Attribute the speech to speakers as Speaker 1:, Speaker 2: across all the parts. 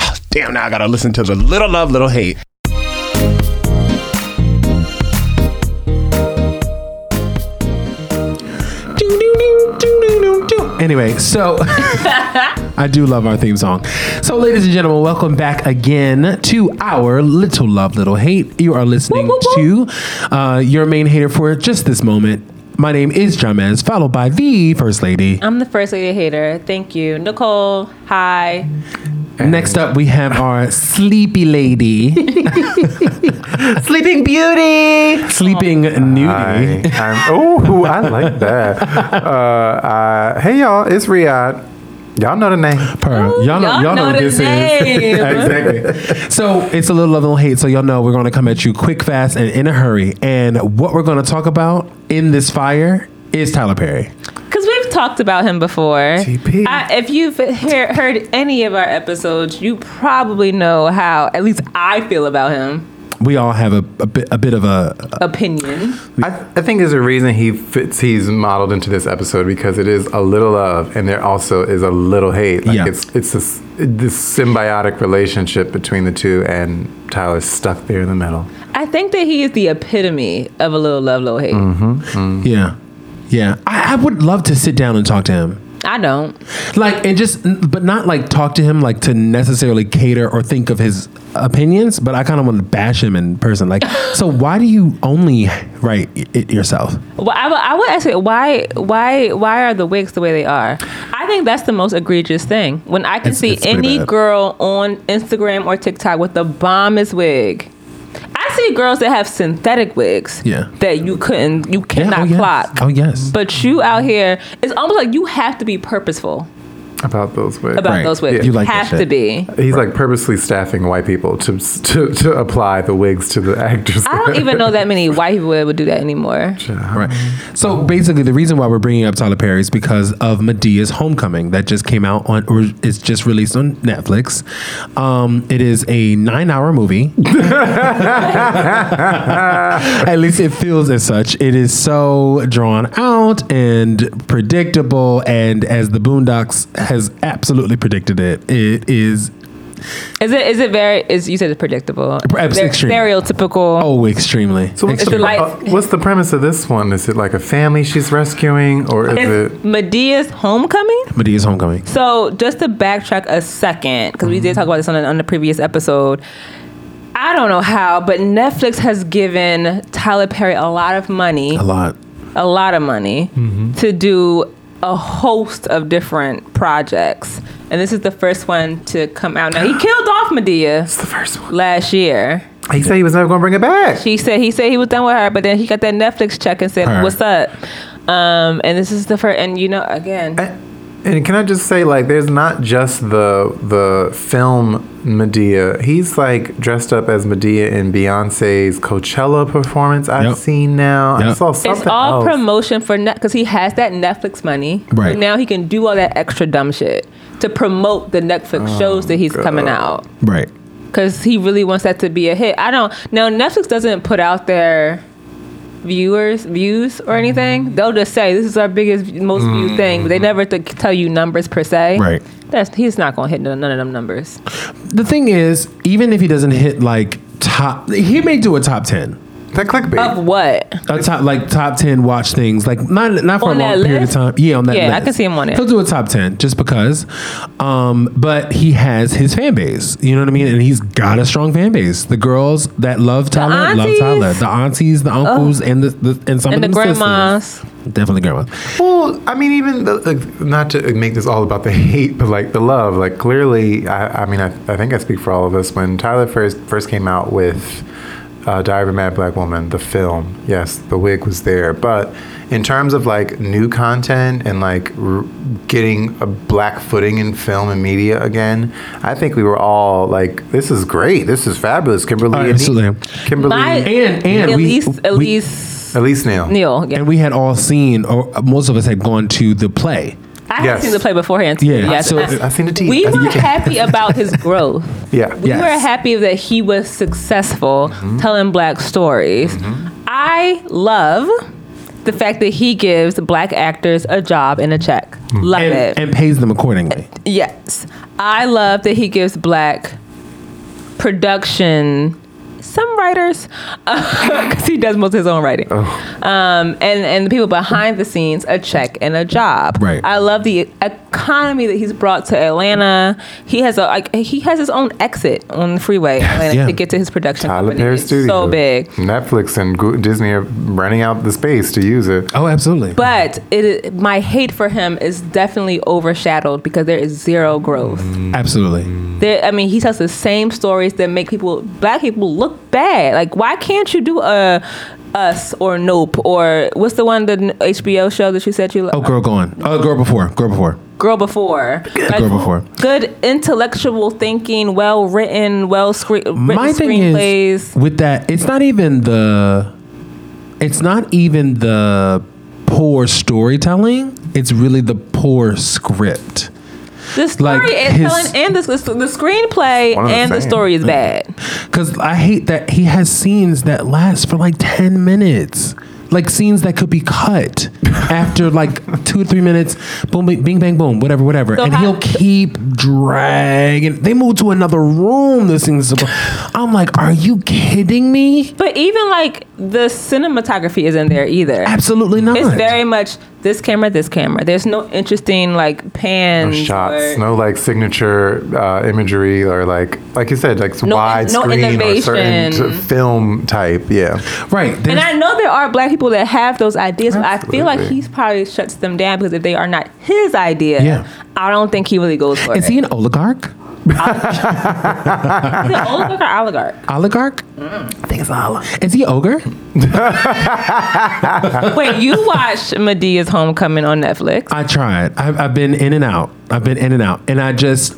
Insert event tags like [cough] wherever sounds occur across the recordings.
Speaker 1: [sighs] damn, now I gotta listen to the Little Love, Little Hate.
Speaker 2: Anyway, so [laughs] I do love our theme song. So, ladies and gentlemen, welcome back again to our Little Love, Little Hate. You are listening
Speaker 3: Whoop, whoop,
Speaker 2: to uh, your main hater for just this moment. My name is John Mez, followed by the First Lady.
Speaker 3: I'm the first lady hater. Thank you, Nicole. Hi.
Speaker 2: Next up, we have our Sleepy Lady,
Speaker 4: [laughs] Sleeping Beauty.
Speaker 2: Sleeping Nudie.
Speaker 4: I, I'm, ooh, I like that. Uh, uh, hey, y'all, it's Riyadh. Y'all know the name.
Speaker 2: Per.
Speaker 3: Ooh,
Speaker 2: y'all know, y'all know, what
Speaker 3: the
Speaker 2: this
Speaker 3: name.
Speaker 2: is. [laughs] exactly. So it's a little love and hate. So y'all know we're going to come at you quick, fast, and in a hurry. And what we're going to talk about in this fire is Tyler Perry.
Speaker 3: Because we've talked about him before.
Speaker 4: TP.
Speaker 3: I, if you've hear, heard any of our episodes, you probably know how, at least I feel about him.
Speaker 2: We all have a, a bit a bit of a
Speaker 3: Opinion.
Speaker 4: I, I think there's a reason he fits. He's modeled into this episode because it is a little love, and there also is a little hate. Like
Speaker 2: Yeah.
Speaker 4: it's it's this, this symbiotic relationship between the two, and Tyler's stuck there in the middle.
Speaker 3: I think that he is the epitome of a little love, little hate.
Speaker 2: yeah, yeah. I, I would love to sit down and talk to him.
Speaker 3: I don't.
Speaker 2: like and just but not like talk to him like to necessarily cater or think of his opinions but i kind of want to bash him in person like so why do you only write it yourself
Speaker 3: Well, I would- I would ask you why why why are the wigs the way they are? I think that's the most egregious thing. When I can
Speaker 2: It's-
Speaker 3: see
Speaker 2: it's pretty
Speaker 3: any
Speaker 2: bad.
Speaker 3: girl on Instagram or TikTok with the bombest wig. I see girls that have synthetic wigs
Speaker 2: Yeah.
Speaker 3: that you couldn't you
Speaker 2: oh,
Speaker 3: cannot
Speaker 2: yes.
Speaker 3: clock.
Speaker 2: oh yes
Speaker 3: But you out here, it's almost like you have to be purposeful
Speaker 4: About those ways,
Speaker 3: about
Speaker 2: Right.
Speaker 3: those wigs.
Speaker 2: Yeah. You like that
Speaker 3: have to
Speaker 2: shit.
Speaker 3: be.
Speaker 4: he's like purposely staffing white people to to, to apply the wigs to the actors.
Speaker 3: I don't even know
Speaker 2: [laughs]
Speaker 3: that many white people that would do that anymore.
Speaker 2: right so basically the reason why we're bringing up tyler perry is because of medea's homecoming that just came out on or it's just released on netflix um, it is a nine hour movie At least it feels as such. It is so drawn out and predictable, and as the Boondocks has absolutely predicted it, it is
Speaker 3: Is it is it very is you said it's predictable.
Speaker 2: Perhaps
Speaker 3: They're
Speaker 2: extreme.
Speaker 3: Stereotypical.
Speaker 2: oh extremely.
Speaker 4: So what's
Speaker 3: It's
Speaker 4: the,
Speaker 3: a life-
Speaker 4: uh, what's the premise of this one? Is it like a family she's rescuing, or is
Speaker 3: It's
Speaker 4: it?
Speaker 3: Medea's homecoming?
Speaker 2: Medea's homecoming.
Speaker 3: So just to backtrack a second, because we did talk about this on, the- on the previous episode. I don't know how, but Netflix has given Tyler Perry a lot of money,
Speaker 2: A lot.
Speaker 3: a lot of money to do a host of different projects. And this is the first one to come out. Now he killed off Medea
Speaker 4: It's the first one.
Speaker 3: last year.
Speaker 4: He said he was never going to bring it back.
Speaker 3: She said he said he was done with her, but then he got that Netflix check and said,
Speaker 2: Her.
Speaker 3: "What's up?" Um, and this is the first. And you know, again,
Speaker 4: And can I just say, like, there's not just the the film Medea. He's like dressed up as Medea in Beyonce's Coachella performance. I've
Speaker 2: Yep.
Speaker 4: seen now. I
Speaker 2: Yep.
Speaker 4: saw something
Speaker 3: It's all
Speaker 4: else.
Speaker 3: promotion for net because he has that Netflix money.
Speaker 2: Right.
Speaker 3: now he can do all that extra dumb shit to promote the Netflix shows that he's coming out
Speaker 2: Right.
Speaker 3: because he really wants that to be a hit. I don't. Now Netflix doesn't put out their viewers views or anything. They'll just say this is our biggest, most viewed thing. But they never th- tell you numbers per se.
Speaker 2: Right.
Speaker 3: That's he's not gonna hit none none of them numbers.
Speaker 2: The thing is, even if he doesn't hit like top, he may do a top ten.
Speaker 4: that clickbait.
Speaker 3: Of what?
Speaker 2: a top like top ten watch things like not not for
Speaker 3: On
Speaker 2: a long
Speaker 3: that
Speaker 2: period of
Speaker 3: list?
Speaker 2: time. Yeah, on that.
Speaker 3: Yeah, I
Speaker 2: list.
Speaker 3: can see him on it.
Speaker 2: He'll do a top ten just because, um, but he has his fan base. You know what I mean? And he's got a strong fan base. The girls that love Tyler love
Speaker 3: aunties.
Speaker 2: Tyler. The aunties, the uncles, and the, the and some
Speaker 3: And
Speaker 2: of
Speaker 3: the
Speaker 2: them sisters.
Speaker 3: grandmas.
Speaker 2: Definitely grandmas.
Speaker 4: Well, I mean, even the, like, not to make this all about the hate, but like the love. Like clearly, I, I mean, I, I think I speak for all of us. When Tyler first first came out with uh, Diary of a Mad Black Woman, the film, yes, the wig was there, but in terms of like new content and like r- getting a black footing in film and media again, I think we were all like, "This is great. This is fabulous." Kimberly,
Speaker 2: Uh,
Speaker 4: and
Speaker 2: absolutely.
Speaker 4: Kimberly,
Speaker 2: And- and we-
Speaker 3: Elise,
Speaker 2: we-
Speaker 3: Elise
Speaker 4: Elise Neal.
Speaker 3: Neal. Yeah.
Speaker 2: And we had all seen, or most of us had gone to the play.
Speaker 3: I have
Speaker 4: Yes.
Speaker 3: seen the play beforehand.
Speaker 2: Yeah,
Speaker 3: yes.
Speaker 2: so-
Speaker 3: I-
Speaker 4: I've seen the teeth.
Speaker 3: We
Speaker 4: I've seen
Speaker 3: were
Speaker 4: the teeth.
Speaker 3: happy
Speaker 2: [laughs]
Speaker 3: about his growth.
Speaker 4: Yeah.
Speaker 2: Yes.
Speaker 3: We
Speaker 2: Mm-hmm.
Speaker 3: were happy that he was successful telling black stories. I love the fact that he gives black actors a job and a check. Love
Speaker 2: And,
Speaker 3: it.
Speaker 2: and pays them accordingly.
Speaker 3: yes. I love that he gives black production. Some writers, [laughs] because he does most of his own writing,
Speaker 2: Oh.
Speaker 3: um, and and the people behind the scenes a check and a job.
Speaker 2: Right.
Speaker 3: I love the economy that he's brought to Atlanta. He has a like he has his own exit on the freeway Atlanta,
Speaker 2: Yeah.
Speaker 3: to get to his production.
Speaker 4: Tyler
Speaker 3: company.
Speaker 4: Perry
Speaker 3: It's
Speaker 4: Studios.
Speaker 3: so big.
Speaker 4: Netflix and Goo- Disney are running out the space to use it.
Speaker 2: Oh, absolutely.
Speaker 3: But it my hate for him is definitely overshadowed because there is zero growth.
Speaker 2: absolutely.
Speaker 3: There, I mean, he tells the same stories that make people, black people, look bad. Like, why can't you do a Us or Nope or what's the one the HBO show that you said you
Speaker 2: Oh,
Speaker 3: loved?
Speaker 2: girl gone. Oh, girl before. Girl before.
Speaker 3: Girl Before. Like,
Speaker 2: Girl Before.
Speaker 3: Good intellectual thinking, well written, well screen written
Speaker 2: My thing
Speaker 3: screenplays.
Speaker 2: is with that, it's not even the it's not even the poor storytelling. It's really the poor script.
Speaker 3: the story
Speaker 2: like
Speaker 3: and
Speaker 2: his-
Speaker 3: telling and the, the, screenplay
Speaker 4: What am I
Speaker 3: and the
Speaker 4: saying?
Speaker 3: story is bad.
Speaker 2: Cause I hate that he has scenes that last for like ten minutes. Like scenes that could be cut after like two or three minutes, boom, bing, bing, bang, boom, whatever, whatever.
Speaker 3: So
Speaker 2: and
Speaker 3: how-
Speaker 2: he'll keep dragging. They move to another room. This thing's. I'm like, are you kidding me?
Speaker 3: But even like the cinematography isn't there either.
Speaker 2: Absolutely not.
Speaker 3: It's very much this camera, this camera. There's no interesting like
Speaker 4: No
Speaker 3: pans,
Speaker 4: shots,
Speaker 3: or-
Speaker 4: no like signature uh, imagery or like like you said, like
Speaker 3: No-
Speaker 4: wide
Speaker 3: no
Speaker 4: screen or certain
Speaker 3: innovation.
Speaker 4: t- film type. Yeah,
Speaker 2: right.
Speaker 3: And
Speaker 2: there's-
Speaker 3: I know there are black people that have those ideas, but I feel like
Speaker 4: Absolutely.
Speaker 3: he's probably shuts them down because if they are not his idea,
Speaker 2: Yeah.
Speaker 3: I don't think he really goes for
Speaker 2: Is
Speaker 3: it.
Speaker 2: he an oligarch?
Speaker 3: Is he an oligarch or oligarch?
Speaker 2: Oligarch? I think it's an oligarch. Is he ogre?
Speaker 3: Wait,
Speaker 4: [laughs]
Speaker 3: you watched Medea's Homecoming on Netflix?
Speaker 2: I tried. I've, I've been in and out. I've been in and out, and I just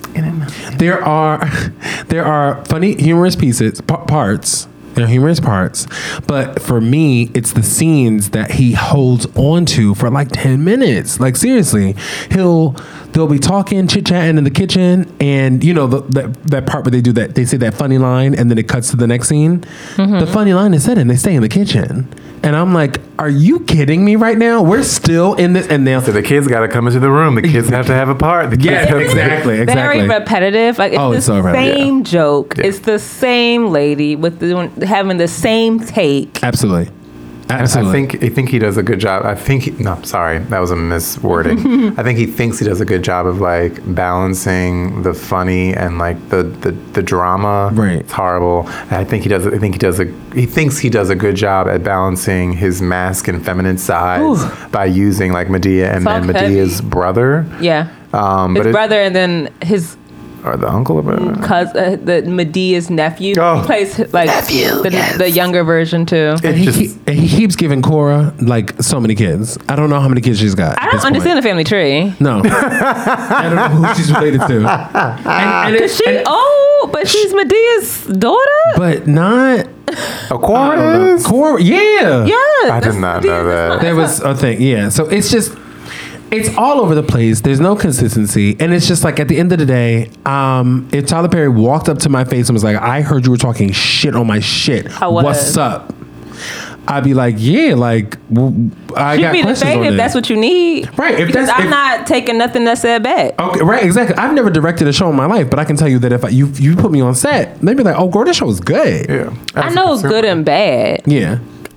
Speaker 2: there are [laughs] there are funny humorous pieces pa- parts. There are humorous parts, but for me, it's the scenes that he holds on to for like ten minutes. Like seriously, he'll they'll be talking, chit chatting in the kitchen, and you know the, that that part where they do that they say that funny line, and then it cuts to the next scene. The funny line is said, and they stay in the kitchen. And I'm like, are you kidding me right now? We're still in this, and they'll
Speaker 4: so the kids got to come into the room. The kids have to have a part. The kids
Speaker 2: yeah,
Speaker 4: have to-
Speaker 2: exactly, exactly.
Speaker 3: Very repetitive. Like it's
Speaker 2: Oh,
Speaker 3: the
Speaker 2: it's so repetitive,
Speaker 3: same joke.
Speaker 4: Yeah.
Speaker 3: It's the same lady with the, having the same take.
Speaker 2: Absolutely,
Speaker 4: I
Speaker 2: absolutely.
Speaker 4: think I think he does a good job. I think he, no, sorry, that was
Speaker 2: [laughs]
Speaker 4: a miswording. I think he thinks he does a good job of like balancing the funny and like the the, the drama.
Speaker 2: Right.
Speaker 4: it's horrible. And I think he does. I think he does a. He thinks he does a good job at balancing his mask and feminine sides by using like Medea and
Speaker 3: Fuck
Speaker 4: then Medea's brother.
Speaker 3: Yeah.
Speaker 4: Um,
Speaker 3: his
Speaker 4: but it,
Speaker 3: brother and then his
Speaker 4: or the uncle of
Speaker 2: Mm.
Speaker 4: it.
Speaker 3: cousin, uh, the Medea's nephew,
Speaker 4: Oh.
Speaker 3: He plays like the, the younger version too.
Speaker 4: It
Speaker 2: and he,
Speaker 4: just-
Speaker 2: keep- and he keeps giving Cora like so many kids. I don't know how many kids she's got.
Speaker 3: I don't understand the family tree.
Speaker 2: [laughs] No, I don't know who she's related to. And, and it-
Speaker 3: Is she
Speaker 2: and-
Speaker 3: oh, but she's Medea's daughter.
Speaker 2: but not
Speaker 4: Aquarius.
Speaker 2: Cora. Yeah,
Speaker 3: yeah,
Speaker 4: I did
Speaker 3: that's
Speaker 4: not
Speaker 3: Medea's-
Speaker 4: know that.
Speaker 2: There was a thing. Yeah, so it's just it's all over the place. There's no consistency, and it's just like at the end of the day, um, if Tyler Perry walked up to my face and was like, "I heard you were talking shit on my shit.
Speaker 3: I was.
Speaker 2: What's up?" I'd be like, "Yeah, like w- I
Speaker 3: Shoot
Speaker 2: got
Speaker 3: me in the
Speaker 2: questions
Speaker 3: face
Speaker 2: on
Speaker 3: if
Speaker 2: it."
Speaker 3: that's what you need.
Speaker 2: Right, if
Speaker 3: because
Speaker 2: that's-
Speaker 3: I'm
Speaker 2: if-
Speaker 3: not taking nothing that's said back.
Speaker 2: Okay, right, exactly. I've never directed a show in my life, but I can tell you that if I, you you put me on set, they'd be like, "Oh, girl, this show is good." Yeah.
Speaker 4: Yeah,
Speaker 3: I know good and bad.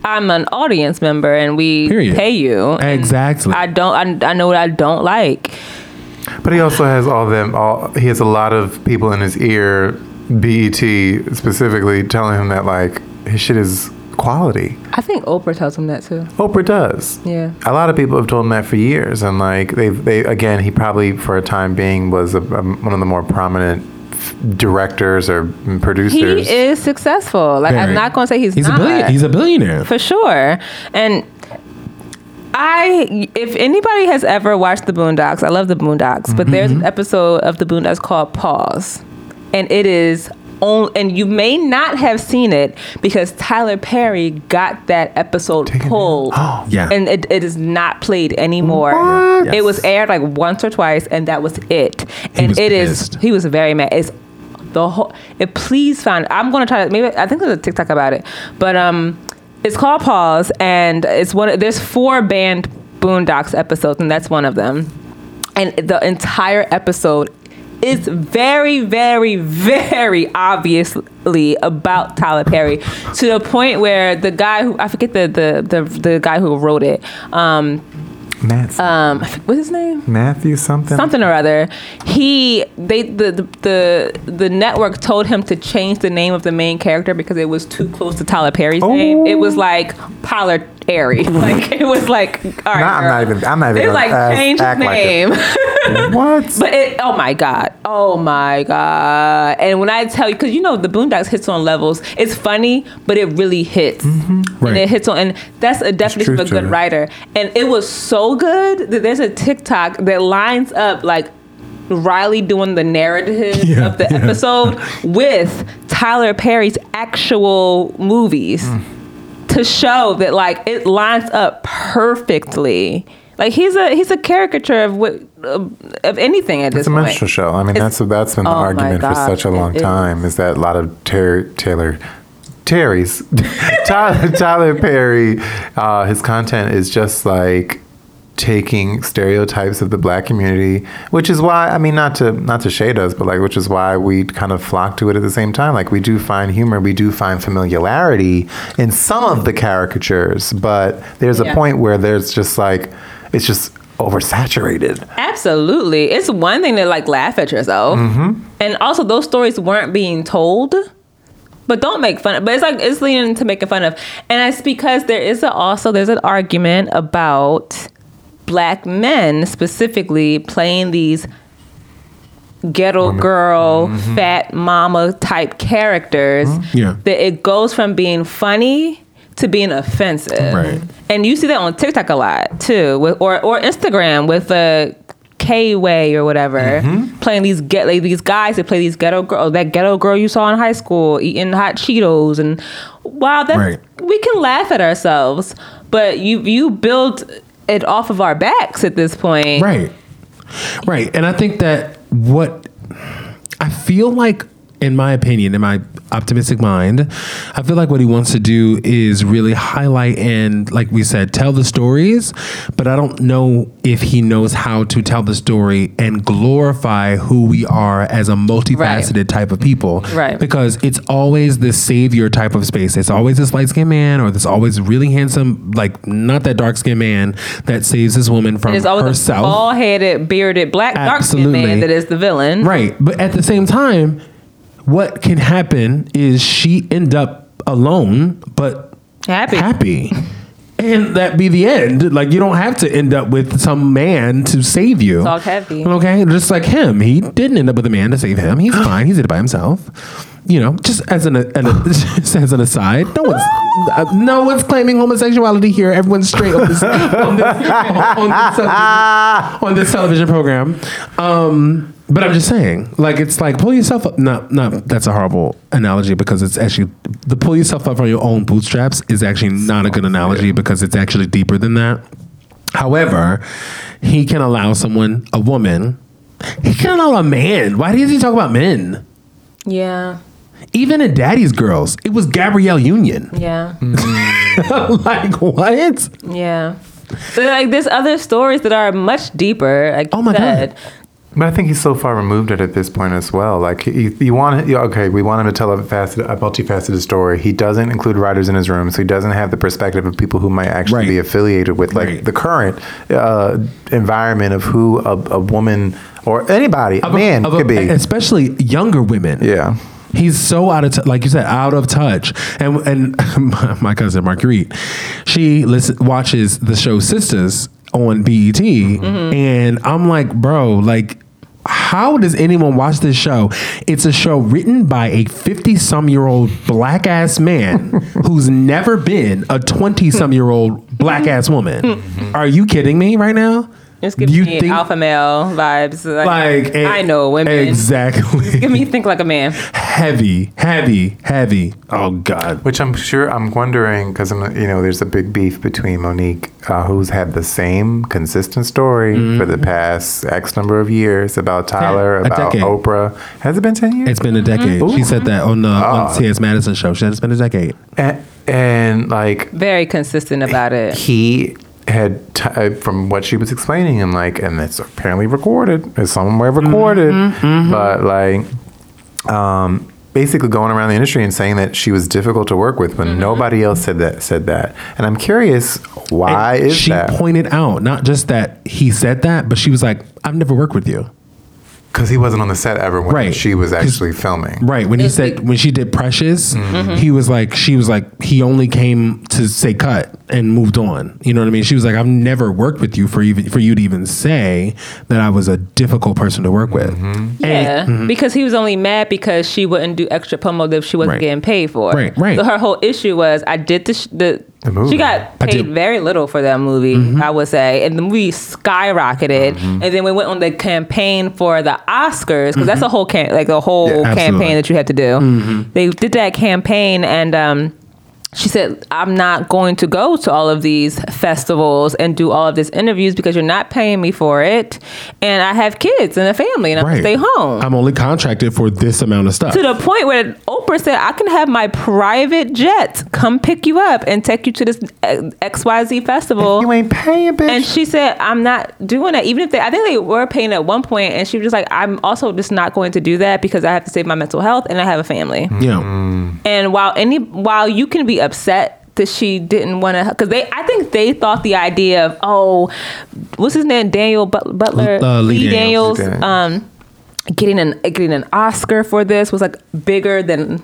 Speaker 3: I'm an audience member, and we
Speaker 2: Period.
Speaker 3: pay you. and
Speaker 2: exactly.
Speaker 3: I don't. I, I know what I don't like.
Speaker 4: But he also has all them. All he has a lot of people in his ear, BET specifically, telling him that like his shit is quality.
Speaker 3: I think Oprah tells him that too.
Speaker 4: Oprah does.
Speaker 3: Yeah.
Speaker 4: A lot of people have told him that for years, and like they, they again, he probably for a time being was a, um, one of the more prominent f- directors or producers.
Speaker 3: He is successful. Like I'm
Speaker 2: Very.
Speaker 3: not gonna say he's,
Speaker 2: he's
Speaker 3: not.
Speaker 2: a billion, he's a billionaire.
Speaker 3: for sure. And I, if anybody has ever watched the Boondocks, I love the Boondocks, but there's
Speaker 2: Mm-hmm.
Speaker 3: an episode of the Boondocks called Pause, and it is. on and you may not have seen it because Tyler Perry got that episode pulled.
Speaker 2: Oh, Yeah.
Speaker 3: And it, it is not played anymore.
Speaker 2: What?
Speaker 3: It was aired like once or twice, and that was it. And
Speaker 2: was
Speaker 3: it is
Speaker 2: pissed.
Speaker 3: he was very mad. It's the whole. It please find. I'm gonna try to maybe I think there's a TikTok about it, but um, it's called Pause, and it's one. of- There's four banned Boondocks episodes, and that's one of them. And the entire episode It's very, very, very obviously about Tyler Perry to the point where the guy who I forget the the the, the guy who wrote it. Um,
Speaker 4: Matt,
Speaker 3: um, I forget- what's his name?
Speaker 4: Matthew something.
Speaker 3: Something or other. He they the, the the the network told him to change the name of the main character because it was too close to Tyler Perry's name. It
Speaker 4: Oh.
Speaker 3: was like Pollard Airy. [laughs] Like it was like all right.
Speaker 4: Nah, I'm
Speaker 3: girl.
Speaker 4: not even. I'm not even.
Speaker 3: They
Speaker 4: gonna
Speaker 3: like
Speaker 4: ask-
Speaker 3: changed his
Speaker 4: act like it.
Speaker 3: name. [laughs]
Speaker 4: What?
Speaker 3: But it, oh my god, oh my god! And when I tell you, because you know the Boondocks hits on levels. It's funny, but it really hits,
Speaker 2: Right.
Speaker 3: and it hits on. And that's a definition of a
Speaker 4: truth to
Speaker 3: good
Speaker 4: it.
Speaker 3: writer. And it was so good that there's a TikTok that lines up like Riley doing the narrative
Speaker 2: Yeah,
Speaker 3: of the
Speaker 2: yeah.
Speaker 3: episode with Tyler Perry's actual movies to show that like it lines up perfectly. Like he's a he's a caricature of what of anything at this
Speaker 4: It's a
Speaker 3: point.
Speaker 4: minstrel show. I mean, that's that's been the
Speaker 3: oh my
Speaker 4: argument for
Speaker 3: God,
Speaker 4: such a long
Speaker 3: it is.
Speaker 4: time. Is that a lot of Ter- Taylor, Terry's, [laughs] Tyler, Tyler Perry, uh, his content is just like taking stereotypes of the black community, which is why I mean, not to not to shade us, but like, which is why we kind of flock to it at the same time. Like, we do find humor, we do find familiarity in some of the caricatures, but there's
Speaker 3: Yeah.
Speaker 4: a point where there's just like it's just oversaturated.
Speaker 3: Absolutely, it's one thing to like laugh at yourself,
Speaker 2: Mm-hmm.
Speaker 3: and also those stories weren't being told. But don't make fun. But it's like it's leaning to making fun of, and it's because there is a, also there's an argument about black men specifically playing these ghetto girl, fat mama type characters.
Speaker 2: Mm-hmm. Yeah.
Speaker 3: That it goes from being funny to being offensive.
Speaker 2: Right.
Speaker 3: And you see that on TikTok a lot too, with or or Instagram with uh, K Way or whatever,
Speaker 2: Mm-hmm.
Speaker 3: playing these get like, these guys that play these ghetto girl that ghetto girl you saw in high school eating hot Cheetos and wow that
Speaker 2: Right.
Speaker 3: we can laugh at ourselves, but you you build it off of our backs at this point,
Speaker 2: Right. Right. And I think that what I feel like, in my opinion, in my optimistic mind, I feel like what he wants to do is really highlight and, like we said, tell the stories. But I don't know if he knows how to tell the story and glorify who we are as a multifaceted type of people.
Speaker 3: Right.
Speaker 2: Because it's always this savior type of space. It's always this light skinned man or this always really handsome, like not that dark skinned man that saves this woman from
Speaker 3: And it's always
Speaker 2: herself.
Speaker 3: a bald-headed, bearded, black, dark-skinned man
Speaker 2: Absolutely.
Speaker 3: that is the villain.
Speaker 2: Right. But at the same time, what can happen is she end up alone, but
Speaker 3: Happy.
Speaker 2: happy. And that be the end. Like you don't have to end up with some man to save you.
Speaker 3: all heavy.
Speaker 2: Okay, just like him, he didn't end up with a man to save him.
Speaker 3: [gasps]
Speaker 2: He's fine. He's did it by himself. You know, just as an, an
Speaker 3: [gasps]
Speaker 2: [laughs] just as an aside, no one's uh, no one's claiming homosexuality here. Everyone's straight on this [laughs] on this, on this subject on this television program. Um, but I'm just saying, like it's like pull yourself up. No, no, that's a horrible analogy because it's actually the pull yourself up from your own bootstraps is actually not a good analogy because it's actually deeper than that. However, he can allow someone, a woman, he can allow a man. Why does he talk about men?
Speaker 3: Yeah,
Speaker 2: Even in Daddy's Girls, it was Gabrielle Union. [laughs]
Speaker 3: yeah.
Speaker 2: Mm. like what?
Speaker 3: Yeah. So like there's other stories that are much deeper. Like
Speaker 2: Oh
Speaker 3: you
Speaker 2: my
Speaker 3: said.
Speaker 2: God.
Speaker 4: But I think he's so far removed it at this point as well. Like you, you want, you- okay, we want him to tell a facet, a multifaceted story. He doesn't include writers in his room, so he doesn't have the perspective of people who might actually
Speaker 2: Right.
Speaker 4: be affiliated with like
Speaker 2: Right.
Speaker 4: the current uh, environment of who a, a woman or anybody, a man,
Speaker 2: Of a-
Speaker 4: could be.
Speaker 2: especially younger women.
Speaker 4: yeah,
Speaker 2: He's so out of t- like you said, out of touch. And [laughs] and my, my cousin Marguerite, she listen, watches the show Sisters on BET,
Speaker 3: Mm-hmm.
Speaker 2: and I'm like, bro, like. How does anyone watch this show? It's a show written by a 50 some year old black ass
Speaker 3: [laughs]
Speaker 2: man who's never been a 20 some year old black ass woman. Are you kidding me right now?
Speaker 3: Mm-hmm. It's giving
Speaker 2: You
Speaker 3: me
Speaker 2: think-
Speaker 3: alpha male vibes. Like,
Speaker 2: Like,
Speaker 3: I know women.
Speaker 2: Exactly.
Speaker 3: Give me think like a man.
Speaker 2: heavy, heavy, heavy. Oh God.
Speaker 4: which I'm sure I'm wondering because I'm, you know, there's a big beef between Monique, uh, who's had the same consistent story for the past X number of years about Tyler,
Speaker 2: Mm-hmm. a
Speaker 4: about
Speaker 2: decade.
Speaker 4: Oprah. Has it been ten years?
Speaker 2: It's been a decade. She said that on the on T.S. Madison show. She said it's been a decade.
Speaker 4: and, and like
Speaker 3: Very consistent about it.
Speaker 4: he had t- uh, from what she was explaining and like and it's apparently recorded it's somewhere
Speaker 3: Mm-hmm,
Speaker 4: recorded but like um, basically going around the industry and saying that she was difficult to work with when
Speaker 3: Mm-hmm.
Speaker 4: nobody else said that said that and i'm curious why
Speaker 2: And
Speaker 4: is
Speaker 2: she
Speaker 4: that
Speaker 2: pointed out not just that he said that, but she was like, "I've never worked with you."
Speaker 4: because he wasn't on the set ever when
Speaker 2: Right.
Speaker 4: she was actually filming
Speaker 2: Right when he
Speaker 3: It's
Speaker 2: said
Speaker 3: be- Mm-hmm.
Speaker 2: when she did Precious, he was like, she was like, he only came to say cut and moved on. You know what I mean? She was like, I've never worked with you for even for you to even say that I was a difficult person to work with.
Speaker 3: Yeah,
Speaker 2: mm-hmm.
Speaker 3: because he was only mad because she wouldn't do extra promo that she wasn't
Speaker 2: Right.
Speaker 3: getting paid for.
Speaker 2: Right, right.
Speaker 3: So her whole issue was, I did the sh- the,
Speaker 4: The movie.
Speaker 3: She got
Speaker 2: I did- Mm-hmm.
Speaker 3: paid very little for that movie, I would say, and the movie skyrocketed. And then we went on the campaign for the Oscars because that's a whole cam- like a whole
Speaker 2: Mm-hmm. absolutely. Mm-hmm.
Speaker 3: campaign that you had to do. They did that campaign and. um she said, I'm not going to go to all of these festivals and do all of these interviews because you're not paying me for it. And I have kids and a family and I'm
Speaker 2: Right.
Speaker 3: gonna stay home.
Speaker 2: I'm only contracted for this amount of stuff.
Speaker 3: to the point where Oprah said, I can have my private jet come pick you up and take you to this uh, XYZ festival.
Speaker 4: you ain't paying bitch
Speaker 3: And she said, I'm not doing that. Even if they, I think they were paying at one point, and she was just like, I'm also just not going to do that because I have to save my mental health and I have a family.
Speaker 2: yeah,
Speaker 3: And while any, while you can be upset that she didn't want to, because they, I think they thought the idea of, oh, what's his name, Daniel but- Butler,
Speaker 2: Uh, Lee Daniels.
Speaker 4: Lee Daniels.
Speaker 3: um, getting an getting an Oscar for this was like bigger than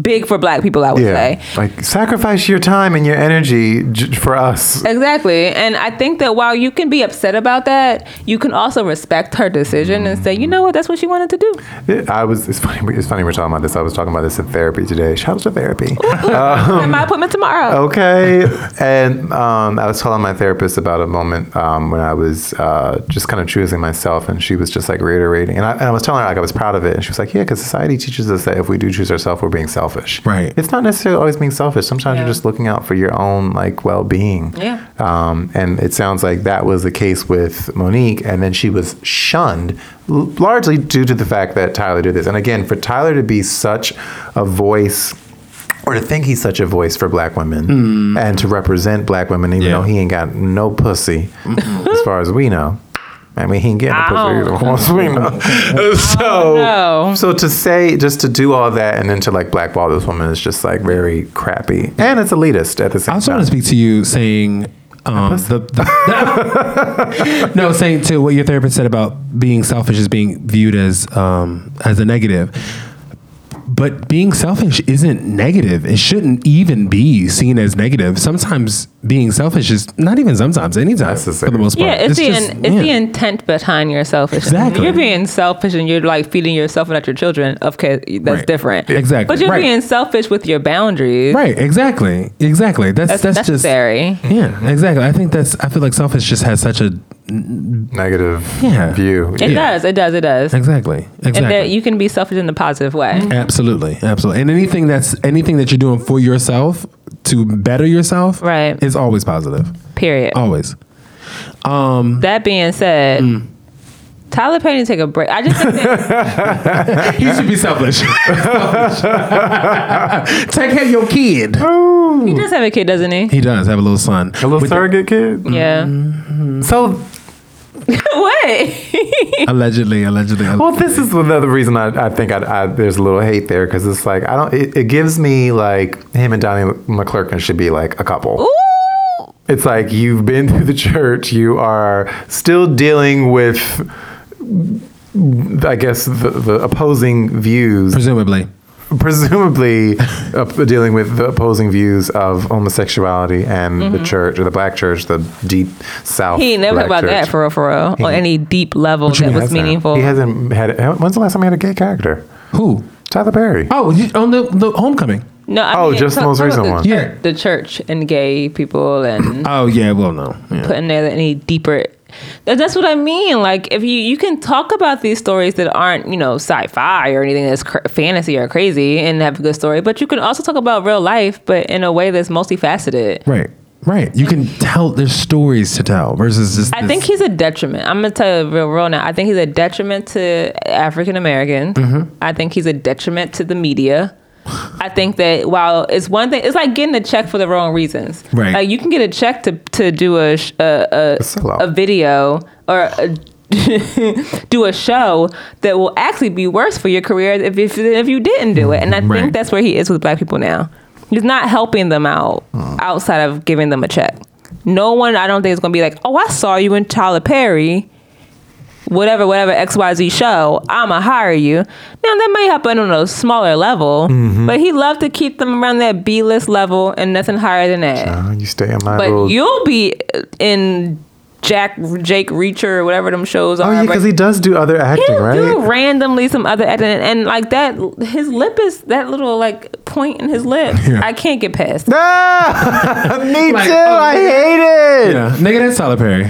Speaker 3: big for Black people, I would say.
Speaker 4: like sacrifice your time and your energy j- for us
Speaker 3: Exactly. And I think that while you can be upset about that, you can also respect her decision and say, you know what, that's what she wanted
Speaker 4: [laughs]
Speaker 3: to do.
Speaker 4: i was it's funny we- it's funny we're talking about this i was talking about this in therapy today shout out to therapy
Speaker 3: and my appointment tomorrow.
Speaker 4: okay. And um, I was telling my therapist about a moment um, when I was uh, just kind of choosing myself, and she was just like reiterating. And I, and I was telling her like I was proud of it, and she was like, "Yeah, because society teaches us that if we do choose ourselves, we're being selfish.
Speaker 2: Right.
Speaker 4: It's not necessarily always being selfish. Sometimes
Speaker 3: Yeah.
Speaker 4: you're just looking out for your own like well being.
Speaker 3: Yeah.
Speaker 4: Um, and it sounds like that was the case with Monique, and then she was shunned l- largely due to the fact that Tyler did this. And again, for Tyler to be such a voice or to think he's such a voice for black women and to represent black women, even
Speaker 2: Hmm. Yeah.
Speaker 4: though he ain't got no pussy, as far as we know. I mean, he ain't getting no pussy, as we know. [laughs] so,
Speaker 3: no.
Speaker 4: so to say, just to do all that and then to like blackball this woman is just like very crappy, and it's elitist at the same
Speaker 2: I also
Speaker 4: time.
Speaker 2: want to speak to you saying um, the, the- [laughs] no saying to what your therapist said about being selfish is being viewed as um, as a negative. But being selfish isn't negative. It shouldn't even be seen as negative. Sometimes being selfish is not even sometimes, anytime for
Speaker 4: Necessary.
Speaker 2: the most part.
Speaker 3: Yeah, it's, the
Speaker 2: just-
Speaker 3: in, it's
Speaker 2: yeah.
Speaker 3: the intent behind your selfishness.
Speaker 2: Exactly.
Speaker 3: You're being selfish and you're like feeding yourself and not your children. Of course, that's
Speaker 2: Right.
Speaker 3: different.
Speaker 2: Exactly.
Speaker 3: But you're
Speaker 2: Right.
Speaker 3: being selfish with your boundaries.
Speaker 2: Right, exactly. Exactly. That's
Speaker 3: That's,
Speaker 2: that's, just
Speaker 3: necessary.
Speaker 2: Yeah, exactly. I think that's I feel like selfish just has such a
Speaker 4: negative
Speaker 2: Yeah.
Speaker 4: view.
Speaker 3: it
Speaker 2: Yeah.
Speaker 3: does. It does. It does.
Speaker 2: exactly. Exactly. Mm.
Speaker 3: And that you can be selfish in a positive way.
Speaker 2: Absolutely, absolutely. And anything that's anything that you're doing for yourself to better yourself,
Speaker 3: Right.
Speaker 2: is always positive.
Speaker 3: Period.
Speaker 2: [laughs] Always.
Speaker 3: That being said,
Speaker 2: mm.
Speaker 3: Tyler Perry take a break. I just think that-
Speaker 2: He should be [laughs] selfish. Take care of your kid.
Speaker 3: he
Speaker 2: [laughs]
Speaker 3: does have a kid, doesn't he?
Speaker 2: He does have a little son.
Speaker 4: A little
Speaker 2: With-
Speaker 4: surrogate kid.
Speaker 3: Yeah.
Speaker 2: mm.
Speaker 4: So
Speaker 3: [laughs]
Speaker 2: [laughs]
Speaker 3: what?
Speaker 2: allegedly, allegedly. uh,
Speaker 4: Well, this is another reason I, I think I, I, there's a little hate there because it's like I don't. It, it gives me like him and Donnie McClurkin should be like a couple. It's like you've been [laughs] through the church. You are still dealing with, I guess, the, the opposing
Speaker 2: [laughs]
Speaker 4: views
Speaker 2: presumably.
Speaker 4: presumably uh, dealing with the opposing views of homosexuality and the church or the black church, the deep South.
Speaker 3: Mm-hmm. he ain't never
Speaker 4: black
Speaker 3: about that
Speaker 4: church.
Speaker 3: for real, for real, on any deep level
Speaker 2: you
Speaker 3: that
Speaker 2: mean,
Speaker 3: was
Speaker 2: hasn't?
Speaker 3: meaningful.
Speaker 4: He hasn't had. When's the last time he had a gay character?
Speaker 2: Who?
Speaker 4: Tyler Perry.
Speaker 2: Oh, you- on the, the homecoming.
Speaker 3: No, I
Speaker 4: Oh,
Speaker 3: mean,
Speaker 4: just the
Speaker 3: talk-
Speaker 4: most
Speaker 3: talk about
Speaker 4: recent one.
Speaker 3: The,
Speaker 2: Yeah.
Speaker 3: church- the church and gay people
Speaker 4: [clears throat]
Speaker 3: and
Speaker 2: Oh yeah. Well, no. Yeah.
Speaker 3: putting there any deeper. that- That's what I mean. Like if you you can talk about these stories that aren't you know sci-fi or anything that's cr- fantasy or crazy and have a good story, but you can also talk about real life, but in a way that's multifaceted.
Speaker 2: Right. Right. You can tell. There's stories to tell versus just.
Speaker 3: I
Speaker 2: this-
Speaker 3: think he's a detriment. I'm gonna tell you real, real now. I
Speaker 2: Mm-hmm.
Speaker 3: think he's a detriment to African Americans. I think he's a detriment to the media. I think that while it's one thing, it's like getting a check for the wrong reasons.
Speaker 2: Right.
Speaker 3: Like you can get a check to to do a sh- a, a,
Speaker 4: sellout.
Speaker 3: Uh, a video or a, [laughs] do a show that will actually be worse for your career if if, if you didn't do it. And I
Speaker 2: Right.
Speaker 3: think that's where he is with black people now. He's not helping them out outside of giving them a check. No one, I don't think, is going to be like, "Oh, I saw you in Tyler Perry." whatever, whatever XYZ show, I'ma hire you. Now that may happen on a smaller level, but he loved to keep them around that B list level and nothing higher than that.
Speaker 4: Uh, you stay on my
Speaker 3: but
Speaker 4: little.
Speaker 3: you'll be in Jack Jake Reacher or whatever them shows
Speaker 4: oh
Speaker 3: are.
Speaker 4: yeah,
Speaker 3: but
Speaker 4: because he does do other acting,
Speaker 3: he'll
Speaker 4: right?
Speaker 3: do randomly some other edit and, and like that his lip is that little like point in his
Speaker 4: [laughs]
Speaker 3: lip.
Speaker 2: Yeah.
Speaker 3: I can't get past.
Speaker 4: Ah, [laughs] me
Speaker 2: Like,
Speaker 4: too.
Speaker 2: oh,
Speaker 4: I hate it.
Speaker 2: Yeah, nigga, that's Tyler Perry.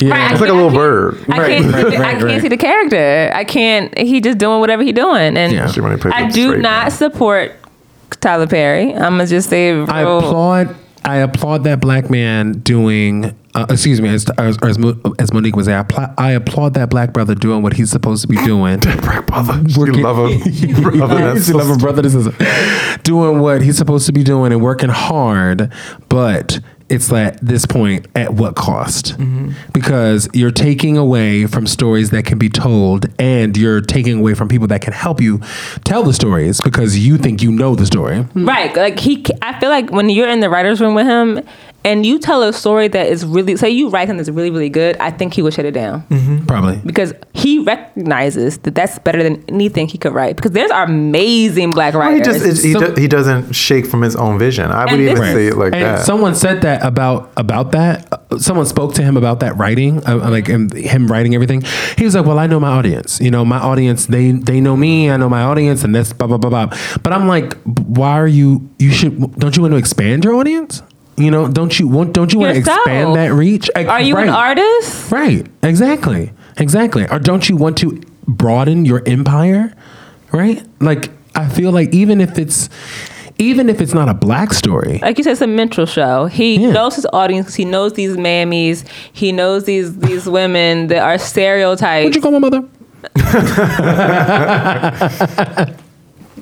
Speaker 2: yeah,
Speaker 4: It's like a little bird.
Speaker 3: I
Speaker 2: Right,
Speaker 3: can't, see the, I
Speaker 2: right,
Speaker 3: can't
Speaker 2: right.
Speaker 3: see the character. I can't. He just doing whatever he doing, and
Speaker 2: Yeah.
Speaker 4: She wanna play
Speaker 3: I
Speaker 4: the
Speaker 3: do
Speaker 4: straight
Speaker 3: not
Speaker 4: man.
Speaker 3: support Tyler Perry. I'm gonna just say,
Speaker 2: I
Speaker 3: real-
Speaker 2: applaud. I applaud that black man doing. Uh, excuse me, as as, as, Mo- as Monique was saying, I, appla- I applaud that black brother doing what he's supposed to be doing.
Speaker 4: Black brother.
Speaker 2: [laughs]
Speaker 4: You
Speaker 2: Working-
Speaker 4: love
Speaker 2: [laughs]
Speaker 4: him. You love him.
Speaker 2: Yes,
Speaker 4: That's
Speaker 2: you
Speaker 4: so
Speaker 2: love a brother and sister. [laughs] doing what he's supposed to be doing and working hard, but it's at this point at what cost? Because you're taking away from stories that can be told, and you're taking away from people that can help you tell the stories because you think you know the story.
Speaker 3: right. Like he, ca- I feel like when you're in the writers' room with him, and you tell a story that is really, say you write something that's really, really good. I think he would shut it down
Speaker 2: Probably.
Speaker 3: because he recognizes that that's better than anything he could write. Because there's amazing black
Speaker 4: Well, he
Speaker 3: writers.
Speaker 4: just it, he,
Speaker 2: So-
Speaker 4: do, he doesn't shake from his own vision. I would
Speaker 3: And
Speaker 4: even
Speaker 3: this-
Speaker 4: say it like
Speaker 2: and
Speaker 4: that.
Speaker 2: someone said that about about that. Uh, Someone spoke to him about that writing, uh, uh, like him, him writing everything. He was like, "Well, I know my audience. You know, my audience. They they know me. I know my audience, and that's blah blah blah blah." But I'm like, why are you? You should. Don't you want to expand your audience? You know, don't you want? Don't you want to
Speaker 3: Yourself.
Speaker 2: expand that reach? Ex-
Speaker 3: Are you an
Speaker 2: right.
Speaker 3: artist?
Speaker 2: Right. Exactly. Exactly. Or don't you want to broaden your empire? Right. Like I feel like even if it's even if it's not a black story,
Speaker 3: like you said, it's a mental show. He
Speaker 2: Yeah.
Speaker 3: knows his audience. He knows these mammies. He knows these these women that are
Speaker 2: would
Speaker 3: stereotypes.
Speaker 2: you call my mother?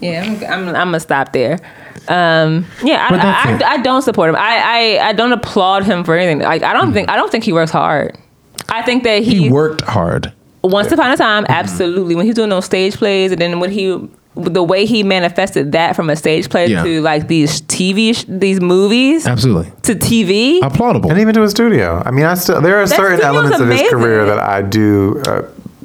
Speaker 3: yeah, I'm, I'm, I'm gonna stop there. Um, yeah,
Speaker 2: But that's
Speaker 3: I,
Speaker 2: it.
Speaker 3: I, I, don't support him. I, I I don't applaud him for anything. Like I don't think I don't think he works hard. I think that he,
Speaker 2: Mm-hmm. he worked hard. Mm-hmm.
Speaker 3: once upon a time, absolutely. When he was doing those stage plays, and then when he, the way he manifested that from a stage play
Speaker 2: Yeah.
Speaker 3: to like these TV, sh- these movies
Speaker 2: Absolutely.
Speaker 3: to TV,
Speaker 2: Applaudable.
Speaker 4: and even to a studio. I mean, I still there are certain
Speaker 3: studio's
Speaker 4: elements of his
Speaker 3: amazing.
Speaker 4: career that I do, uh,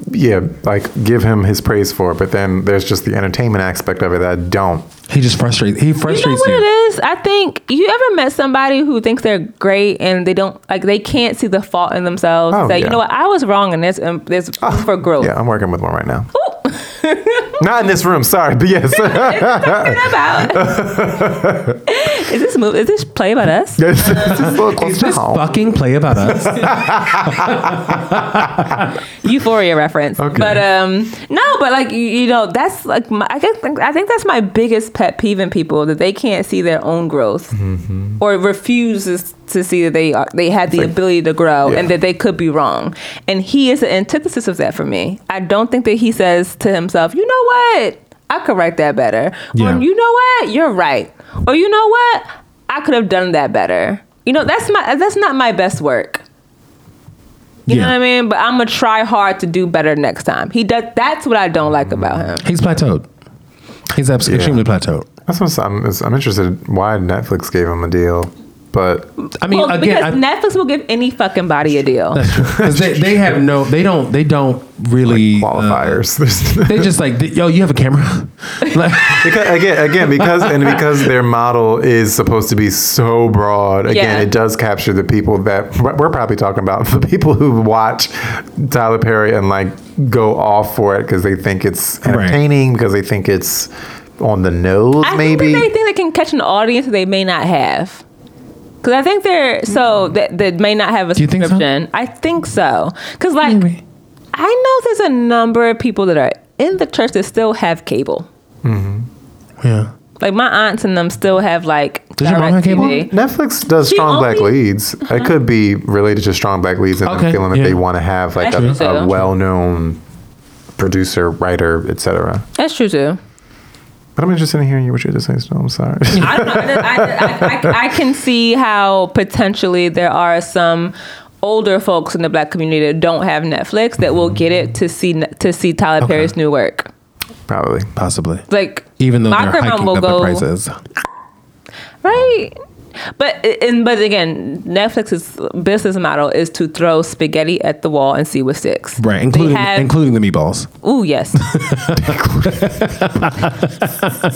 Speaker 4: yeah, like give him his praise for. But then there's just the entertainment aspect of it that I don't.
Speaker 2: he just frustrates. He
Speaker 3: You know
Speaker 2: frustrates
Speaker 3: what
Speaker 2: you.
Speaker 3: it is? I think you ever met somebody who thinks they're great and they don't like they can't see the fault in themselves.
Speaker 4: Oh,
Speaker 3: like,
Speaker 4: yeah.
Speaker 3: you know what? I was wrong in this and this
Speaker 2: Ah,
Speaker 3: for growth.
Speaker 4: Yeah, I'm working with one right now. [laughs] Not in this room, sorry, but [laughs] yes.
Speaker 3: What about? is this movie? Is this play about us?
Speaker 4: Yes, it's just a little close to
Speaker 2: Just
Speaker 4: home.
Speaker 2: fucking play about us.
Speaker 3: [laughs] Euphoria reference. But um, no, but like you, you know, that's like my, I guess I think that's my biggest pet peeve in people that they can't see their own growth or refuses to see that they are they had the ability to grow and
Speaker 4: yeah.
Speaker 3: that they could be wrong. And he is the antithesis of that for me. I don't think that he says to himself, you know what, I could write that better,
Speaker 2: Yeah.
Speaker 3: or you know what, you're right, or you know what, I could have done that better. You know, that's my that's not my best work. You
Speaker 2: yeah.
Speaker 3: know what I mean? But I'm gonna try hard to do better next time. He does. That's what I don't like about him.
Speaker 2: He's plateaued. He's abs- extremely plateaued.
Speaker 4: That's what I'm, I'm interested why Netflix gave him a deal, but
Speaker 2: I mean,
Speaker 3: well,
Speaker 2: again,
Speaker 3: because
Speaker 2: I,
Speaker 3: Netflix will give any fucking body a deal.
Speaker 2: that's true. [laughs] 'Cause they, they have no. They don't. They don't really uh,
Speaker 4: qualifiers. [laughs] There's-
Speaker 2: they just like yo. You have a camera. [laughs] like,
Speaker 4: because, again, again, because and because their model is supposed to be so broad. Again,
Speaker 3: Yeah.
Speaker 4: it does capture the people that we're probably talking about. [laughs] The people who watch Tyler Perry and like go off for it because they think it's entertaining, because they think it's on the nose,
Speaker 3: I
Speaker 4: maybe.
Speaker 3: think that they think they can catch an audience that they may not have. Because I think they're so that that may not have a
Speaker 2: you think so?
Speaker 3: subscription. I think so. Because [laughs] like I know there's a number of people that are in the church that still have cable.
Speaker 2: yeah.
Speaker 3: Like my aunts and them still have like.
Speaker 2: Does your mom have cable?
Speaker 3: DirecTV.
Speaker 4: Netflix does
Speaker 3: She
Speaker 4: strong black
Speaker 3: only- Uh-huh.
Speaker 4: leads. It could be related to strong black leads and them
Speaker 2: Okay,
Speaker 4: feeling that
Speaker 2: yeah.
Speaker 4: they want to have like
Speaker 3: I
Speaker 4: a,
Speaker 3: think so.
Speaker 4: a well-known producer, writer, etc.
Speaker 3: That's true too.
Speaker 4: But I'm interested in hearing you what you're just saying. So I'm sorry.
Speaker 3: [laughs] I, don't know, I, I, I, I can see how potentially there are some older folks in the black community that don't have Netflix that will get it to see to see Tyler Perry's new work.
Speaker 4: Probably.
Speaker 2: possibly.
Speaker 3: Like
Speaker 2: Even though
Speaker 3: my
Speaker 2: they're
Speaker 3: grandma
Speaker 2: hiking
Speaker 3: will
Speaker 2: up
Speaker 3: go-
Speaker 2: the prices,
Speaker 3: right. But and but again, Netflix's business model is to throw spaghetti at the wall and see what sticks.
Speaker 2: right? Including
Speaker 3: have-
Speaker 2: including the meatballs. [laughs]
Speaker 3: Ooh, yes.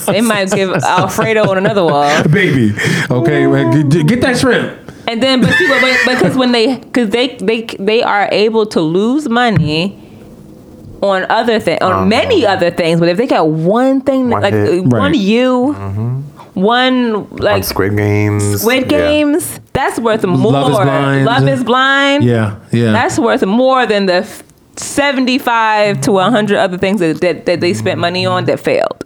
Speaker 3: they might give Alfredo on another wall.
Speaker 2: baby. Okay, man, get, get that shrimp.
Speaker 3: And then, but see, but, but, because when they, because they, they, they are able to lose money on other things, on many other things. But if they got one thing,
Speaker 4: Uh-huh. One
Speaker 3: like
Speaker 4: hit.
Speaker 3: uh, one
Speaker 2: Right.
Speaker 3: you, one
Speaker 4: On
Speaker 3: like Squid,
Speaker 4: Squid Games. Yeah.
Speaker 3: Games, that's worth more.
Speaker 2: Is Blind.
Speaker 3: Love is blind.
Speaker 2: Yeah, yeah.
Speaker 3: that's worth more than the f- seventy-five to hundred other things that, that that they spent money on that failed.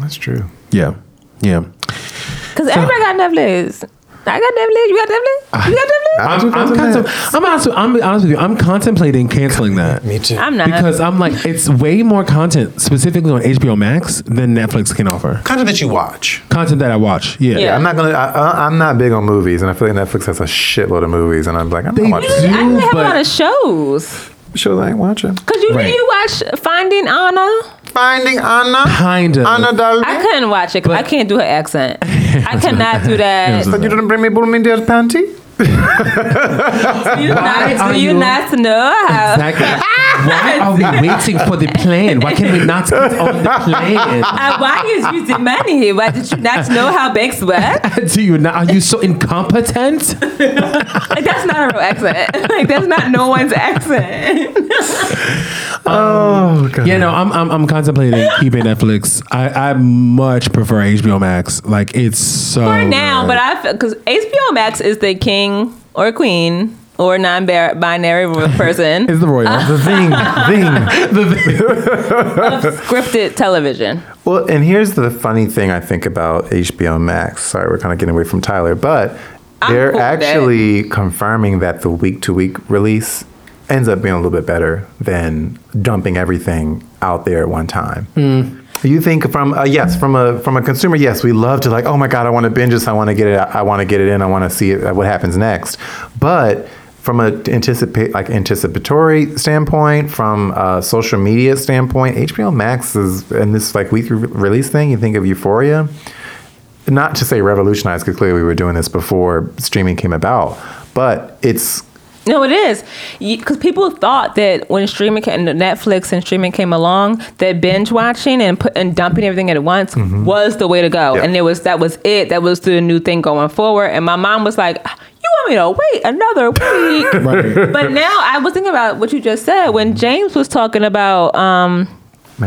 Speaker 4: That's true.
Speaker 2: yeah, yeah.
Speaker 3: Because everybody got Netflix. I got Netflix. You got Netflix. You got Netflix.
Speaker 4: I
Speaker 2: I'm,
Speaker 4: think
Speaker 2: I'm,
Speaker 4: that's
Speaker 2: contem-
Speaker 4: it.
Speaker 2: I'm, honest, I'm be honest with you. I'm contemplating canceling that
Speaker 4: Me too.
Speaker 3: I'm not
Speaker 2: because I'm like, it's way more content, specifically on HBO Max, than Netflix can offer.
Speaker 4: Content that you watch.
Speaker 2: Content that I watch. Yeah,
Speaker 3: Yeah.
Speaker 4: I'm not gonna. I, I, I'm not big on movies, and I feel like Netflix has a shitload of movies, and I'm like, I'm
Speaker 2: They
Speaker 4: not watching.
Speaker 2: do.
Speaker 4: it.
Speaker 3: I didn't have a
Speaker 2: but-
Speaker 3: lot of shows.
Speaker 4: Shows I ain't watching.
Speaker 3: Cause you
Speaker 2: Right.
Speaker 3: you watch Finding Anna.
Speaker 4: Finding [laughs] Anna.
Speaker 2: kind of.
Speaker 4: Anna
Speaker 3: I
Speaker 4: darling.
Speaker 3: couldn't watch it. 'cause I can't do
Speaker 2: [laughs]
Speaker 3: her accent. I cannot do that.
Speaker 4: But you didn't bring me Bulmin Dear Panty.
Speaker 3: Do you not,
Speaker 2: are
Speaker 3: do you
Speaker 2: you-
Speaker 3: not know how?
Speaker 2: Exactly. Why are
Speaker 3: [laughs]
Speaker 2: we waiting for the plane? Why can we not get on the plane?
Speaker 3: Uh, why is you demanding here? Why did you not know how banks work?
Speaker 2: [laughs] Do you not? Are you so incompetent?
Speaker 3: Like that's not a real accent. [laughs] Like that's not no one's accent. [laughs]
Speaker 4: Oh god.
Speaker 2: Yeah, no, I'm I'm, I'm contemplating keeping Netflix. I, I much prefer HBO Max. Like it's so
Speaker 3: For now, but I because HBO Max is the king or queen or non-binary person
Speaker 2: it's the royal.
Speaker 4: The
Speaker 3: [laughs]
Speaker 4: thing, thing.
Speaker 3: of scripted television.
Speaker 4: Well, and here's the funny thing I think about HBO Max. Sorry, we're kind of getting away from Tyler, but
Speaker 3: I'm
Speaker 4: they're
Speaker 3: cool with
Speaker 4: actually confirming that the week to week release ends up being a little bit better than dumping everything out there at one time. You think from a yes, from a from a consumer, yes, we love to like, oh my god, I want to binge this, I want to get it, I want to get it in, I want to see it, what happens next. But from a anticipate like anticipatory standpoint, from a social media standpoint, HBO Max is and this like weekly re- release thing. You think of Euphoria, not to say revolutionized, because clearly we were doing this before streaming came about, but it's
Speaker 3: No, it is because people thought that when streaming ca- and Netflix and streaming came along, that binge watching and put, and dumping everything at once was the way to go,
Speaker 4: Yeah.
Speaker 3: and it was that was it. That was the new thing going forward. And my mom was like, "You want me to wait another week?"
Speaker 2: Right.
Speaker 3: But now I was thinking about what you just said when James was talking about um,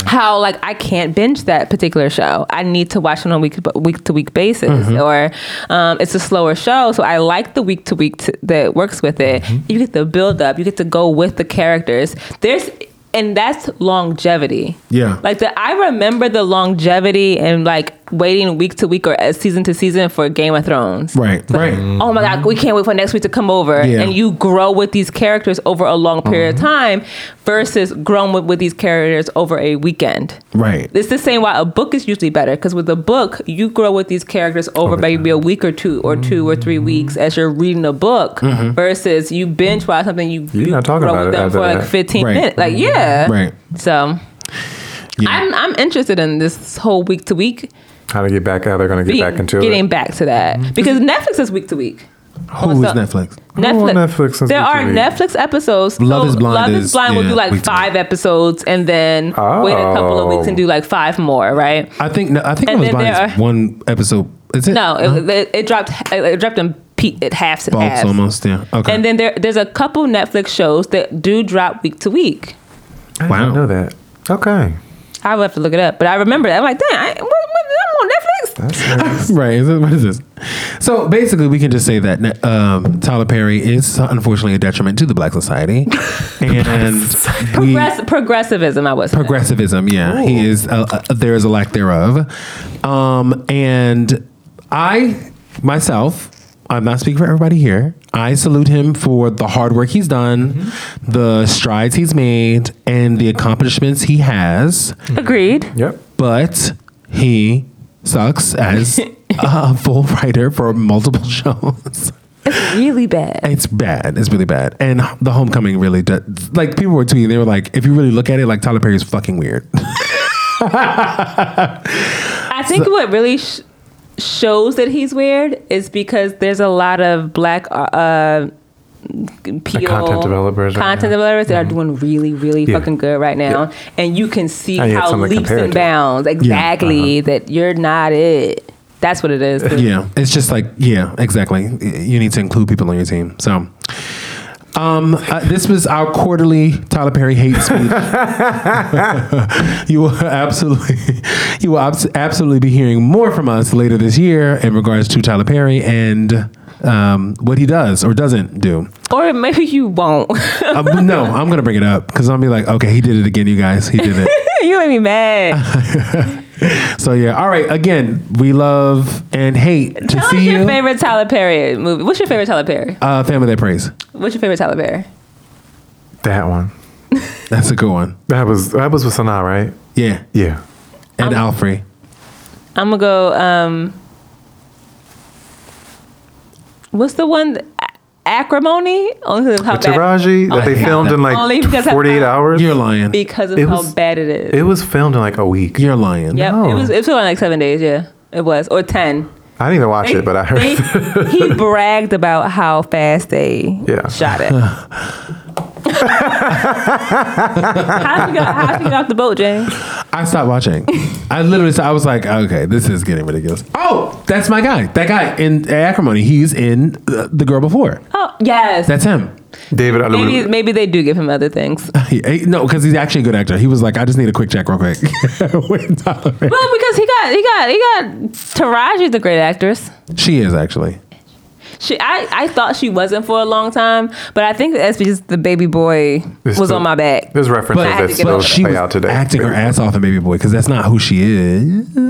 Speaker 3: how like I can't binge that particular show. I need to watch it on a week week to week basis, or um, it's a slower show, so I like the week to week that works with it. You get the build up, you get to go with the characters. There's and that's longevity.
Speaker 2: Yeah.
Speaker 3: Like the I remember the longevity and like waiting week to week or uh, season to season for Game of Thrones
Speaker 2: right, right.
Speaker 3: oh my god
Speaker 4: Mm-hmm.
Speaker 3: we can't wait for next week to come over
Speaker 2: Yeah.
Speaker 3: and you grow with these characters over a long period
Speaker 4: Mm-hmm.
Speaker 3: of time versus growing with, with these characters over a weekend
Speaker 2: Right.
Speaker 3: it's the same why a book is usually better because with a book you grow with these characters over maybe a week or two or two or
Speaker 4: Mm-hmm.
Speaker 3: three weeks as you're reading a book versus you binge watch something you
Speaker 4: You're
Speaker 3: you
Speaker 4: not talking
Speaker 3: grow
Speaker 4: about
Speaker 3: with
Speaker 4: it
Speaker 3: them
Speaker 4: after
Speaker 3: for like
Speaker 4: that.
Speaker 3: 15
Speaker 2: Right.
Speaker 3: minutes like yeah
Speaker 2: Right.
Speaker 3: so I'm I'm interested in this whole week to week
Speaker 4: how to get back, how they're going to get back into it. Mm-hmm.
Speaker 3: getting back to that because Netflix is week to week.
Speaker 2: Who is
Speaker 3: so-
Speaker 2: Netflix?
Speaker 4: don't
Speaker 3: Netflix.
Speaker 4: want Netflix since
Speaker 3: there
Speaker 4: we
Speaker 3: are
Speaker 4: can read.
Speaker 3: Netflix episodes. Oh,
Speaker 2: Love is Blind
Speaker 3: Love
Speaker 2: is-
Speaker 3: is Blind will
Speaker 2: yeah,
Speaker 3: do
Speaker 2: we
Speaker 3: like
Speaker 2: do.
Speaker 3: five episodes and then wait a couple of weeks and do like five more, right?
Speaker 2: I think no, I think it
Speaker 3: And
Speaker 2: was
Speaker 3: then there
Speaker 2: Blind
Speaker 3: are-
Speaker 2: is one episode. Is it?
Speaker 3: No, it, it, it dropped. It dropped in pe- it halves and
Speaker 2: Bulbs
Speaker 3: halves.
Speaker 2: almost. Yeah. Okay. [laughs]
Speaker 3: And then there, there's a couple Netflix shows that do drop week to week.
Speaker 4: I
Speaker 2: Wow.
Speaker 4: didn't know that. Okay.
Speaker 3: I would have to look it up, but I remember that. I'm like, damn, I, what, what, I'm on Netflix.
Speaker 2: right. Is it, what is this? So basically, we can just say that ne- um, Tyler Perry is unfortunately a detriment to the Black
Speaker 3: [laughs]
Speaker 2: society, and we-
Speaker 3: Progress, progressivism, I was.
Speaker 2: progressivism. Yeah, he is. A, a, there is a lack thereof, um, and I myself, I'm not speaking for everybody here. I salute him for the hard work he's done, the strides he's made, and the accomplishments he has.
Speaker 3: Agreed.
Speaker 4: Yep.
Speaker 2: But he sucks as a full writer for multiple shows.
Speaker 3: It's really bad.
Speaker 2: It's bad. It's really bad. And the homecoming really does. Like people were tweeting, they were like, if you really look at it, like Tyler Perry is fucking weird.
Speaker 3: I think what really sh- shows that he's weird is because there's a lot of black uh, PO
Speaker 4: content developers right
Speaker 3: content
Speaker 4: now.
Speaker 3: developers that are doing really, really
Speaker 4: Yeah.
Speaker 3: fucking good right now,
Speaker 4: Yeah.
Speaker 3: and you can see
Speaker 4: And you have
Speaker 3: how
Speaker 4: something to
Speaker 3: leaps
Speaker 4: compare
Speaker 3: and
Speaker 4: it to. Uh-huh.
Speaker 3: bounds exactly that you're not it. That's what it is.
Speaker 4: [laughs]
Speaker 2: yeah. It's just like, yeah, exactly. You need to include people on your team. So. Um, uh, this was our quarterly Tyler Perry hate speech. [laughs] you will absolutely, you will abs- absolutely be hearing more from us later this year in regards to Tyler Perry and um, what he does or doesn't do.
Speaker 3: Or maybe you won't. [laughs]
Speaker 2: Uh, but no, I'm gonna bring it up because I'll be like, okay, he did it again, you guys. He did it.
Speaker 3: you made me
Speaker 4: [laughs]
Speaker 3: mad.
Speaker 2: so yeah, all right. Again, we love and hate to
Speaker 3: Tell us
Speaker 2: see
Speaker 3: your
Speaker 2: you.
Speaker 3: favorite Tyler Perry movie. What's your favorite Tyler Perry?
Speaker 2: uh, family that prays.
Speaker 3: What's your favorite Tyler Perry?
Speaker 4: That one.
Speaker 2: That's a good one.
Speaker 4: That was that was with Sanaa, right?
Speaker 2: Yeah,
Speaker 4: Yeah.
Speaker 2: and Alfrey.
Speaker 3: I'm gonna go. Um, what's the one? A- Acrimony. Only because of how
Speaker 4: The
Speaker 3: bad.
Speaker 4: Taraji that
Speaker 2: I
Speaker 4: they
Speaker 2: hate
Speaker 4: filmed
Speaker 2: that.
Speaker 4: in like
Speaker 3: Only because I- [laughs]
Speaker 4: 48 hours.
Speaker 2: You're lying.
Speaker 3: Because of
Speaker 4: It
Speaker 3: how
Speaker 4: was-
Speaker 3: bad it is.
Speaker 4: It was filmed in like a week.
Speaker 2: You're lying.
Speaker 3: yep.
Speaker 4: no.
Speaker 3: It was. It was around like seven days. Yeah. It was or ten.
Speaker 4: I didn't even watch it, but I heard. [laughs]
Speaker 3: They- he bragged about how fast they
Speaker 4: Yeah.
Speaker 3: shot
Speaker 4: [laughs]
Speaker 3: it. how'd, you get, how'd you get off the boat, James?
Speaker 2: I stopped watching. I literally, I was like, okay, this is getting ridiculous. Oh, that's my guy. That guy in Acrimony. He's in uh, the girl before.
Speaker 3: Oh yes.
Speaker 2: That's him. [laughs]
Speaker 4: David
Speaker 3: maybe
Speaker 4: Alulu.
Speaker 3: maybe they do give him other things.
Speaker 2: He- he- no, because he's actually a good actor. He was like, I just need a quick check, real quick. [laughs] With Tyler Perry.
Speaker 3: well, because he got he got he got Taraji's a great actress.
Speaker 2: She is actually.
Speaker 3: She, I, I thought she wasn't for a long time, but I think that's because the baby boy
Speaker 4: It's
Speaker 3: was
Speaker 4: the-
Speaker 3: on my back.
Speaker 4: There's references
Speaker 3: I had to
Speaker 4: that
Speaker 3: get
Speaker 4: still
Speaker 3: over it.
Speaker 2: she was
Speaker 4: play out today.
Speaker 2: acting her ass off in Baby Boy because that's not who she is.
Speaker 4: all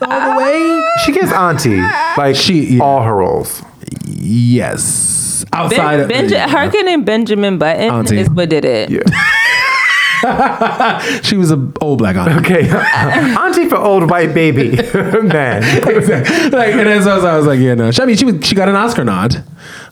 Speaker 4: the way. She gets auntie like
Speaker 2: She- yeah.
Speaker 4: all her roles.
Speaker 2: Yes,
Speaker 3: Ben,
Speaker 2: outside of
Speaker 3: Benja- Herkin and Benjamin Button
Speaker 2: Auntie.
Speaker 3: is what did it.
Speaker 4: Yeah.
Speaker 2: she was an old black aunt.
Speaker 4: Okay. [laughs] auntie for old white baby [laughs]
Speaker 2: [laughs]
Speaker 4: man.
Speaker 2: like, and that's what I was like, yeah, no. She- I mean, she was, she got an Oscar nod,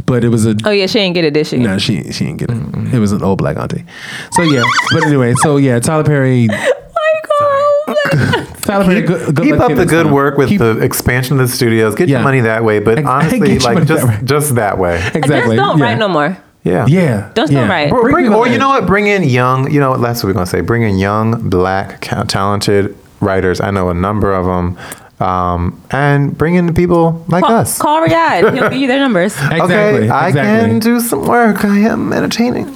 Speaker 2: but it was a
Speaker 3: Oh yeah, she ain't get it, did she?
Speaker 2: no. She she didn't get it. It was an old black auntie. So yeah, but anyway, so yeah, Tyler Perry.
Speaker 3: Michael.
Speaker 2: Tyler Perry, good, good
Speaker 4: Keep
Speaker 2: luck
Speaker 4: up
Speaker 2: getting
Speaker 4: the
Speaker 2: this
Speaker 4: good
Speaker 2: one.
Speaker 4: work with
Speaker 2: Keep-
Speaker 4: the expansion of the studios. Get
Speaker 2: Yeah.
Speaker 4: your money that way, but
Speaker 2: Ex- [laughs]
Speaker 4: honestly,
Speaker 2: get your money
Speaker 4: like just
Speaker 2: that way.
Speaker 4: just that way.
Speaker 2: exactly.
Speaker 3: Just don't
Speaker 2: yeah.
Speaker 3: write no more.
Speaker 4: Yeah.
Speaker 2: Yeah,
Speaker 3: Don't
Speaker 2: yeah.
Speaker 3: write.
Speaker 4: Or, bring,
Speaker 2: people
Speaker 4: or you
Speaker 2: in.
Speaker 4: know what? Bring in young. You know what? That's what we're gonna say. Bring in young, black, ca- talented writers. I know a number of them, um, and bring in people like
Speaker 3: Call,
Speaker 4: us.
Speaker 3: call Riyadh. He'll give you their
Speaker 4: [laughs]
Speaker 3: numbers.
Speaker 2: exactly,
Speaker 4: okay, I
Speaker 2: exactly.
Speaker 4: can do some work. I am
Speaker 2: [laughs]
Speaker 4: entertaining.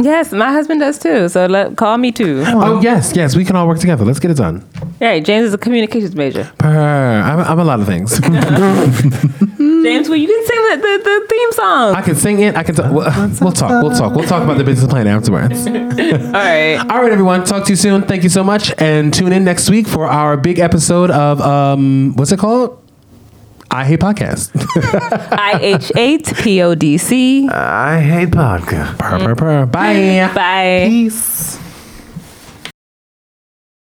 Speaker 3: Yes, my husband does too. So let, call me too. All
Speaker 2: Oh yes, yes, we can all work together. Let's get it done.
Speaker 3: right, James is a communications major.
Speaker 2: Purr. I'm, I'm a lot of
Speaker 4: [laughs]
Speaker 2: things.
Speaker 3: James, well, you can sing the, the, the theme song.
Speaker 2: I can sing it. I can. T- we'll, we'll talk. We'll talk. We'll talk about the business plan afterwards.
Speaker 3: All right.
Speaker 4: [laughs]
Speaker 2: All right, everyone. Talk to you soon. Thank you so much, and tune in next week for our big episode of um, what's it called? I hate podcast. [laughs]
Speaker 3: I H eight P O D C.
Speaker 4: Uh, I hate vodka.
Speaker 2: Purr, purr, purr. Bye.
Speaker 3: Bye.
Speaker 4: Peace.